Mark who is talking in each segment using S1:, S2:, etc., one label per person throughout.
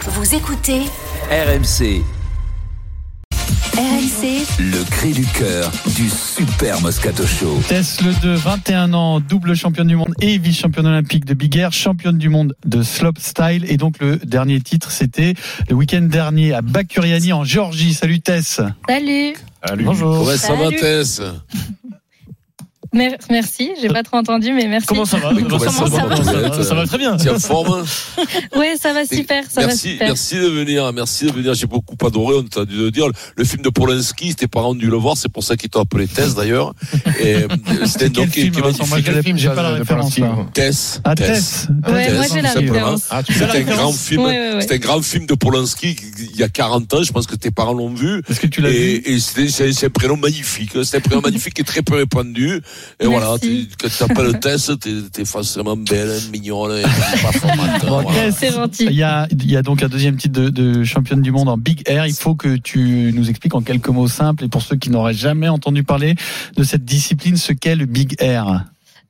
S1: Vous écoutez
S2: RMC,
S1: RMC
S2: le cri du cœur du super Moscato Show.
S3: Tesle de 21 ans, double championne du monde et vice-championne olympique de Big Air, championne du monde de slopestyle. Et donc le dernier titre, c'était le week-end dernier à Bakuriani en Géorgie. Salut Tess.
S4: Salut.
S3: Bonjour.
S5: Ouais, ça va,
S4: Salut.
S5: Tess
S4: Mer- merci, j'ai pas trop entendu, mais merci.
S6: Comment ça va
S5: Oui, comment
S6: Bah,
S5: ça va
S6: ça, va,
S5: Ouais,
S6: ça va très bien.
S5: Tu es en forme
S4: Ouais, ça va super, ça va
S5: Merci,
S4: super.
S5: merci de venir, merci de venir. J'ai beaucoup adoré, on t'a dû le dire. Le film de Polanski, tes parents ont dû le voir, c'est pour ça qu'ils t'ont appelé Tess d'ailleurs. Et euh, c'était
S3: Quel
S5: donc
S3: film,
S5: qui est
S3: Vincent Moi,
S5: magnifique.
S3: je l'ai- j'ai pas la référence là.
S5: Tess.
S3: Ah Tess.
S4: Ouais,
S5: Tess,
S4: moi j'ai la
S5: tout simplement.
S4: référence.
S6: Ah, tu
S5: C'est
S6: fais
S5: un grand film.
S4: Ouais, ouais, ouais.
S5: C'est un grand film de Polanski qui- qui- il y a 40 ans, je pense que tes parents l'ont vu.
S3: Est-ce que tu l'as vu
S5: Et, et c'est c'est- c'est un prénom magnifique. hein. C'est un prénom magnifique qui est très peu répandu. Et voilà,
S4: Merci.
S5: tu- quand tu t'appelles Tess, t'es es forcément belle, mignonne et pas formate.
S3: Bon,
S5: Voilà.
S3: Tess,
S4: Euh, C'est gentil.
S3: Il y, a, il y a donc un deuxième titre de, de championne du monde en Big Air. Il faut que tu nous expliques en quelques mots simples et pour ceux qui n'auraient jamais entendu parler de cette discipline, ce qu'est le Big Air.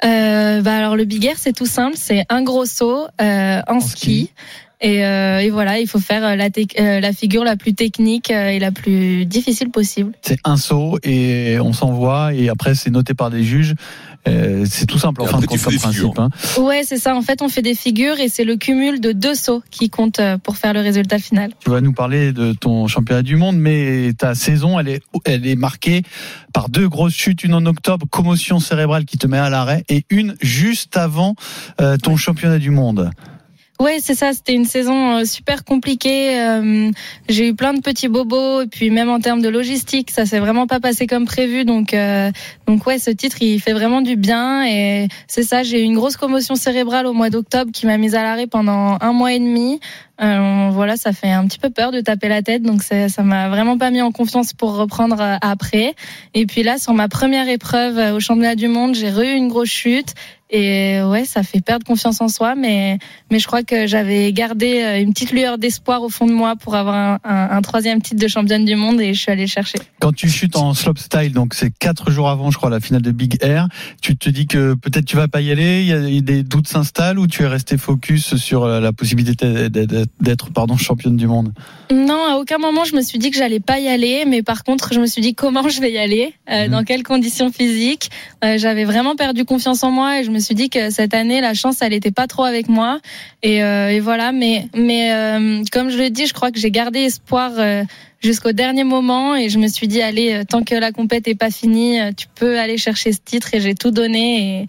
S4: Euh, bah alors le big air c'est tout simple, c'est un gros saut euh, en, ski. Et, euh, et voilà, il faut faire euh, la, tec- euh, la figure la plus technique euh, et la plus difficile possible.
S3: C'est un saut et on s'envoie et après c'est noté par des juges. Euh, c'est tout simple en
S5: Et
S3: fin de
S5: après,
S3: compte
S5: tu
S3: comme
S5: fais des
S3: principe.
S5: figures.
S3: hein.
S4: Ouais, c'est ça. En fait, on fait des figures et c'est le cumul de deux sauts qui compte euh, pour faire le résultat final.
S3: Tu vas nous parler de ton championnat du monde, mais ta saison, elle est, elle est marquée par deux grosses chutes, une en octobre, commotion cérébrale qui te met à l'arrêt, et une juste avant euh, ton championnat du monde.
S4: Ouais, c'est ça. C'était une saison euh, super compliquée. euh, J'ai eu plein de petits bobos et puis même en termes de logistique, ça s'est vraiment pas passé comme prévu. Donc, euh, donc ouais, ce titre, il fait vraiment du bien et c'est ça. J'ai eu une grosse commotion cérébrale au mois d'octobre qui m'a mise à l'arrêt pendant un mois et demi. Euh, voilà, ça fait un petit peu peur de taper la tête, donc ça ça m'a vraiment pas mis en confiance pour reprendre euh, après. Et puis là, sur ma première épreuve euh, au championnat du monde, j'ai re eu une grosse chute. Et ouais, ça fait perdre confiance en soi, mais mais je crois que j'avais gardé euh, une petite lueur d'espoir au fond de moi pour avoir un, un- un troisième titre de championne du monde et je suis allée le chercher.
S3: Quand tu chutes en slopestyle, donc c'est quatre jours avant, je crois, la finale de Big Air, tu te dis que peut-être tu vas pas y aller, il y a des doutes s'installent, ou tu es resté focus sur la possibilité d'être- d'être, pardon, championne du monde?
S4: Non, à aucun moment je me suis dit que j'allais pas y aller, mais par contre je me suis dit comment je vais y aller, euh,
S3: Mhm.
S4: dans quelles conditions physiques. Euh, J'avais vraiment perdu confiance en moi et je me suis dit que cette année la chance elle était pas trop avec moi et, euh, et voilà. Mais mais euh, comme je le dis, je crois que j'ai gardé espoir euh, jusqu'au dernier moment et je me suis dit allez euh, tant que la compète est pas finie, euh, tu peux aller chercher ce titre et j'ai tout donné et,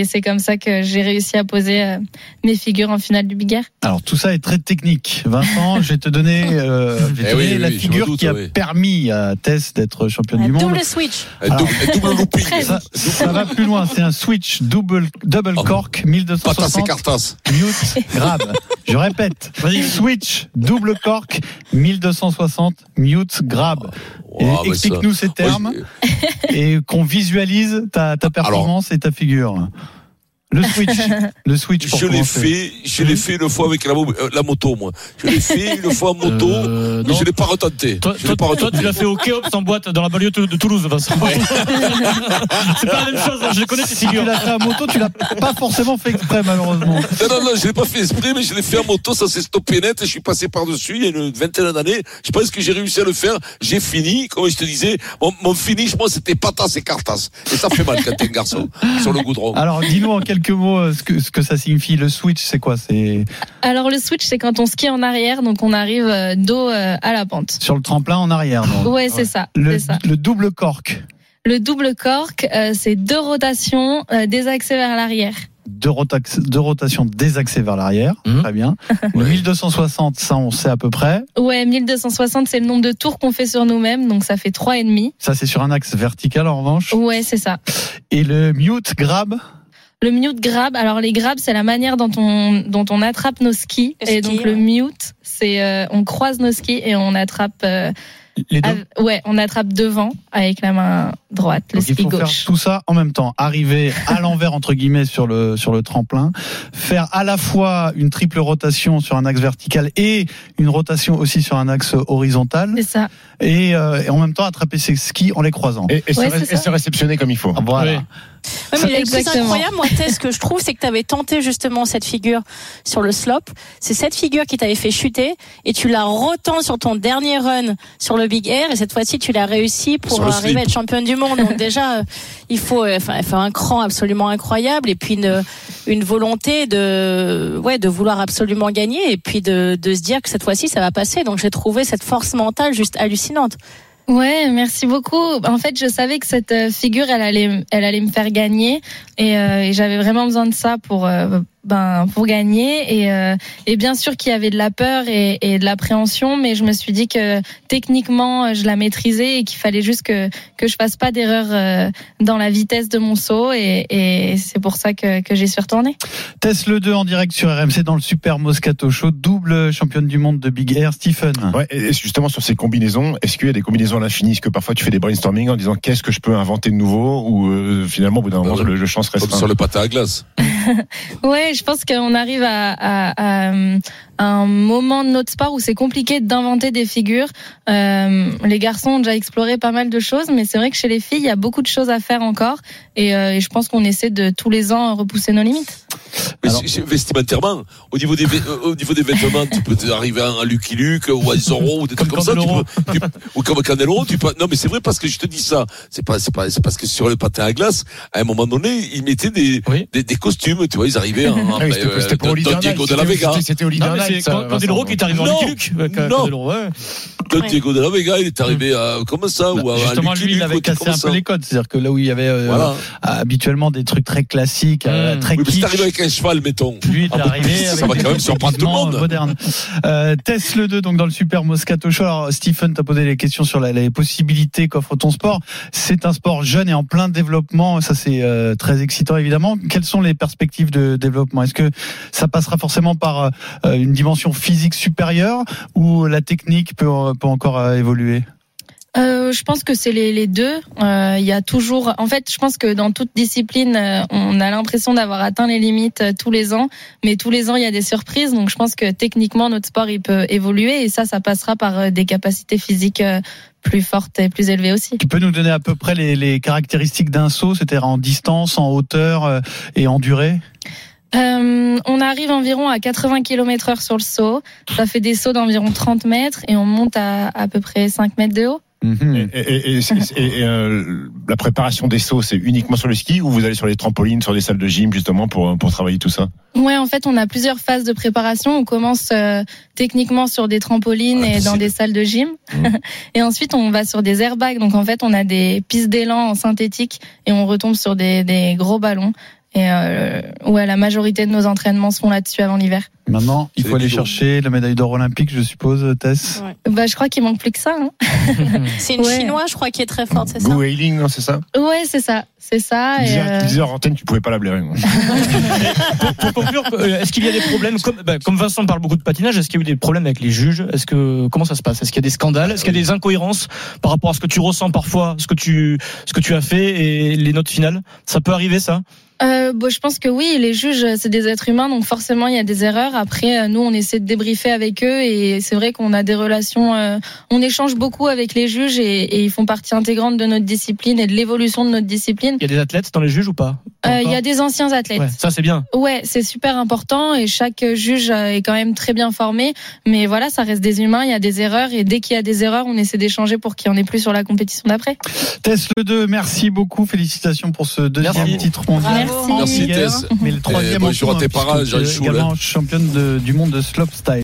S4: et c'est comme ça que j'ai réussi à poser euh, mes figures en finale du Big Air.
S3: Alors tout ça est très technique. Vincent, je vais te donner, euh, je vais te
S5: Eh oui,
S3: donner
S5: oui,
S3: la
S5: oui, je me
S3: figure
S5: doute,
S3: qui a
S5: oui.
S3: permis à Tess d'être championne du monde.
S7: Double switch.
S5: Un double, un double looping.
S4: Très
S3: Ça, ça va plus loin, c'est un switch double, double
S5: Oh.
S3: cork
S5: Patas et
S3: 1260
S5: cartas.
S3: newt grave. Je répète, switch double cork 1260 newt grave. Et
S5: Ouah, Oh, Ah, mais ça-
S3: Explique-nous ces termes
S5: Moi,
S3: et qu'on visualise ta, ta performance et ta figure. Le switch, le switch.
S5: Je,
S3: Pour
S5: je l'ai
S3: commencer.
S5: fait, je l'ai fait une fois avec la, mo- euh, la moto, moi. Je l'ai fait une fois en moto,
S6: Euh,
S5: mais
S6: non.
S5: je l'ai pas retenté.
S6: Toi,
S5: je l'ai pas
S6: toi- toi,
S5: retenté.
S6: tu l'as fait au Kéops en boîte dans la banlieue de de Toulouse, Vincent. c'est pas la même chose, hein, je les connais, ces
S3: Si tu
S6: figures.
S3: l'as fait à moto, tu l'as pas forcément fait exprès malheureusement.
S5: Non, non, non, je l'ai pas fait esprit, mais je l'ai fait en moto, ça s'est stoppé net, et je suis passé par-dessus il y a une vingtaine d'années. Je pense que j'ai réussi à le faire. J'ai fini, comme je te disais, mon, mon finish, moi, c'était patas et cartas. Et ça fait mal quand t'es un garçon, sur le goudron.
S6: Ah,
S3: Alors, dis-nous en quelques mots euh, ce que, ce que ça signifie. Le switch, c'est quoi C'est
S4: Alors le switch, c'est quand on skie en arrière, donc on arrive euh, dos euh, à la pente.
S3: sur le tremplin en arrière. donc.
S4: Ouais, c'est ça,
S3: Le,
S4: c'est ça.
S3: le double cork,
S4: Le double cork, euh, c'est deux rotations, euh, des accès vers l'arrière.
S3: deux, rotax- deux rotations désaxées vers l'arrière.
S6: Mhm.
S3: Très bien. Le 1260, ça, on sait à peu près.
S4: Ouais, 1260, c'est le nombre de tours qu'on fait sur nous-mêmes, donc ça fait trois et demi.
S3: Ça, c'est sur un axe vertical, en revanche.
S4: Ouais, c'est ça.
S3: Et le mute grab,
S4: Le mute grab, alors les grabs, c'est la manière dont on dont on attrape nos skis,
S7: Les
S4: et donc
S7: skis,
S4: le
S7: ouais.
S4: mute, c'est euh, on croise nos skis et on attrape, euh,
S3: les deux.
S4: av- ouais, on attrape devant avec la main droite, le
S3: Donc, il
S4: ski
S3: faut
S4: gauche.
S3: faire tout ça en même temps. Arriver à l'envers, entre guillemets, sur le, sur le tremplin. Faire à la fois une triple rotation sur un axe vertical et une rotation aussi sur un axe horizontal.
S4: C'est ça.
S3: et, euh, et en même temps attraper ses skis en les croisant.
S8: Et, et, se,
S4: Ouais,
S8: ré-
S4: c'est
S8: et
S4: ça.
S8: se réceptionner comme il faut.
S3: Voilà.
S6: Ouais.
S4: Oui, mais
S1: Et c'est
S4: exactement.
S1: incroyable, moi, Tess, ce que je trouve, c'est que tu avais tenté justement cette figure sur le slope. C'est cette figure qui t'avait fait chuter et tu l'as retend sur ton dernier run sur le Big Air et cette fois-ci, tu l'as réussi pour
S5: Sur le
S1: arriver
S5: slip.
S1: à être championne du monde. Donc déjà, euh, il faut euh, enfin, faire un cran absolument incroyable et puis une, une volonté de, ouais, de vouloir absolument gagner et puis de, de se dire que cette fois-ci, ça va passer. Donc j'ai trouvé cette force mentale juste hallucinante.
S4: Ouais, merci beaucoup. En fait, je savais que cette euh, figure, elle allait, elle allait me faire gagner, et, euh, et j'avais vraiment besoin de ça pour, euh, ben, pour gagner. Et, euh, et bien sûr qu'il y avait de la peur et, et de l'appréhension, mais je me suis dit que techniquement, euh, je la maîtrisais et qu'il fallait juste que que je fasse pas d'erreur euh, dans la vitesse de mon saut, et, et c'est pour ça que que j'y suis retournée.
S3: Tess le 2 en direct sur RMC dans le Super Moscato Show, double championne du monde de Big Air, Stephen.
S7: Ouais, et et justement sur ces combinaisons, est-ce qu'il y a des combinaisons à l'infini Est-ce que parfois tu fais des brainstorming en disant qu'est-ce que je peux inventer de nouveau Ou euh, finalement, au bout d'un moment,
S5: ouais.
S7: le, le chance reste
S5: Comme sur le patin à glace.
S4: Ouais, je pense qu'on arrive à, à- à, euh, un moment de notre sport où c'est compliqué d'inventer des figures. Euh, les garçons ont déjà exploré pas mal de choses, mais c'est vrai que chez les filles, il y a beaucoup de choses à faire encore. Et, euh, et je pense qu'on essaie de tous les ans repousser nos limites.
S5: Mais
S3: Alors-
S5: c'est- c'est vestimentairement, au niveau des, vé- euh, au niveau des vêtements, tu peux arriver à un Lucky Luke ou à un Zorro ou des
S6: Comme
S5: trucs comme ça. Tu
S6: Candeloro.
S5: peux, tu- ou comme Candeloro, tu peux. Non, mais c'est vrai parce que je te dis ça. C'est pas, c'est pas, c'est parce que sur le patin à glace, à un moment donné, ils mettaient des,
S6: Oui.
S5: des, des costumes. Tu vois, ils arrivaient en, en
S7: Ah oui, c'était
S5: euh,
S7: c'était pour
S5: Don-
S7: Olivier
S5: Don Diego
S7: Arnold,
S5: de la
S7: c'était-
S5: Vega.
S7: c'était- C'était Olivier
S6: Non, mais
S7: Arnold,
S6: c'est
S7: ça,
S6: quand, quand
S7: Vincent.
S6: Deloro qui est arrivé en
S5: Non.
S6: Lucky Luke. euh, quand-
S5: Non.
S6: quand Deloro, ouais.
S3: Bah,
S5: Don
S1: Ouais.
S5: Diego de la Vega, il est arrivé à comment ça ou à un
S3: Justement,
S5: Lucky
S3: lui, il
S5: Luke ou
S3: avait
S5: un truc
S3: cassé
S5: comme
S3: un peu
S5: ça.
S3: les codes. C'est-à-dire que là où il y avait euh,
S5: Voilà.
S3: habituellement des trucs très classiques, euh,
S6: Mm.
S3: très
S5: Oui, mais c'est
S3: kitsch,
S5: arrivé avec un cheval, mettons.
S3: lui, il est
S5: Ah,
S3: arrivé
S5: ça
S3: avec
S5: va
S3: des
S5: quand même surprendre tout le monde.
S3: vêtements modernes. Euh, Tess le 2, donc dans le Super Moscato Show. Alors, Stephen, t'as posé les questions sur la- les possibilités qu'offre ton sport. C'est un sport jeune et en plein développement. Ça, c'est euh, très excitant, évidemment. Quelles sont les perspectives de développement Est-ce que ça passera forcément par euh, une dimension physique supérieure ou la technique peut, peut encore euh, évoluer
S4: Euh, je pense que c'est les, les deux. Euh, Il y a toujours, en fait, je pense que dans toute discipline, euh, on a l'impression d'avoir atteint les limites euh, tous les ans, mais tous les ans il y a des surprises. Donc je pense que techniquement notre sport il peut évoluer et ça, ça passera par euh, des capacités physiques euh, plus fortes et plus élevées aussi.
S3: Tu peux nous donner à peu près les, les caractéristiques d'un saut, c'est-à-dire en distance, en hauteur euh, et en durée
S4: Euh, on arrive environ à 80 km heure sur le saut. Ça fait des sauts d'environ 30 mètres et on monte à à peu près 5 mètres de haut.
S7: Et, et- et- et- et, euh, la préparation des sauts, c'est uniquement sur le ski ou vous allez sur les trampolines, sur des salles de gym justement pour, pour travailler tout ça
S4: Ouais, en fait, on a plusieurs phases de préparation. On commence euh, techniquement sur des trampolines
S5: Ah,
S4: et dans
S5: c'est-
S4: des salles de gym. et ensuite, on va sur des airbags. Donc, en fait, on a des pistes d'élan en synthétique et on retombe sur des, des gros ballons. Et euh, ouais, la majorité de nos entraînements se font là-dessus avant l'hiver.
S3: Maintenant, il
S5: C'est
S3: faut aller
S5: chaud.
S3: chercher la médaille d'or olympique, je suppose, Tess.
S4: Bah, je crois qu'il manque plus que ça. hein.
S5: Mmh.
S1: C'est une
S4: Ouais.
S1: chinoise, je crois, qui est très forte, c'est ça
S7: Go Hailing, non, c'est ça
S4: Ouais, c'est ça, c'est ça. Et, euh,
S7: 10 heures antenne, tu pouvais pas la blairer. hein. non.
S6: Pour conclure, euh, est-ce qu'il y a des problèmes comme, bah, comme Vincent parle beaucoup de patinage, est-ce qu'il y a eu des problèmes avec les juges Est-ce que comment ça se passe Est-ce qu'il y a des scandales Est-ce qu'il y a des incohérences par rapport à ce que tu ressens parfois, ce que tu ce que tu as fait et les notes finales Ça peut arriver ça
S4: Euh, bon, je pense que oui, les juges, euh, c'est des êtres humains, donc forcément il y a des erreurs. Après, euh, nous, on essaie de débriefer avec eux et c'est vrai qu'on a des relations, euh, on échange beaucoup avec les juges et, et ils font partie intégrante de notre discipline et de l'évolution de notre discipline.
S6: Il y a des athlètes dans les juges ou pas Pas
S4: Euh, Il y a
S6: encore
S4: des anciens athlètes.
S6: Ouais, ça c'est bien.
S4: Ouais, c'est super important et chaque juge euh, est quand même très bien formé. Mais voilà, ça reste des humains, il y a des erreurs et dès qu'il y a des erreurs, on essaie d'échanger pour qu'il n'y en ait plus sur la compétition d'après.
S3: Tess le 2, merci beaucoup, félicitations pour ce deuxième
S6: Merci.
S3: titre mondial.
S4: Merci.
S5: Merci, Tess.
S3: Mais le troisième
S5: bonjour
S3: en
S5: à tes
S3: tout, hein,
S5: parents,
S3: puisque
S5: Jean
S3: tu es
S5: Choul,
S3: également championne de- du monde de slopestyle.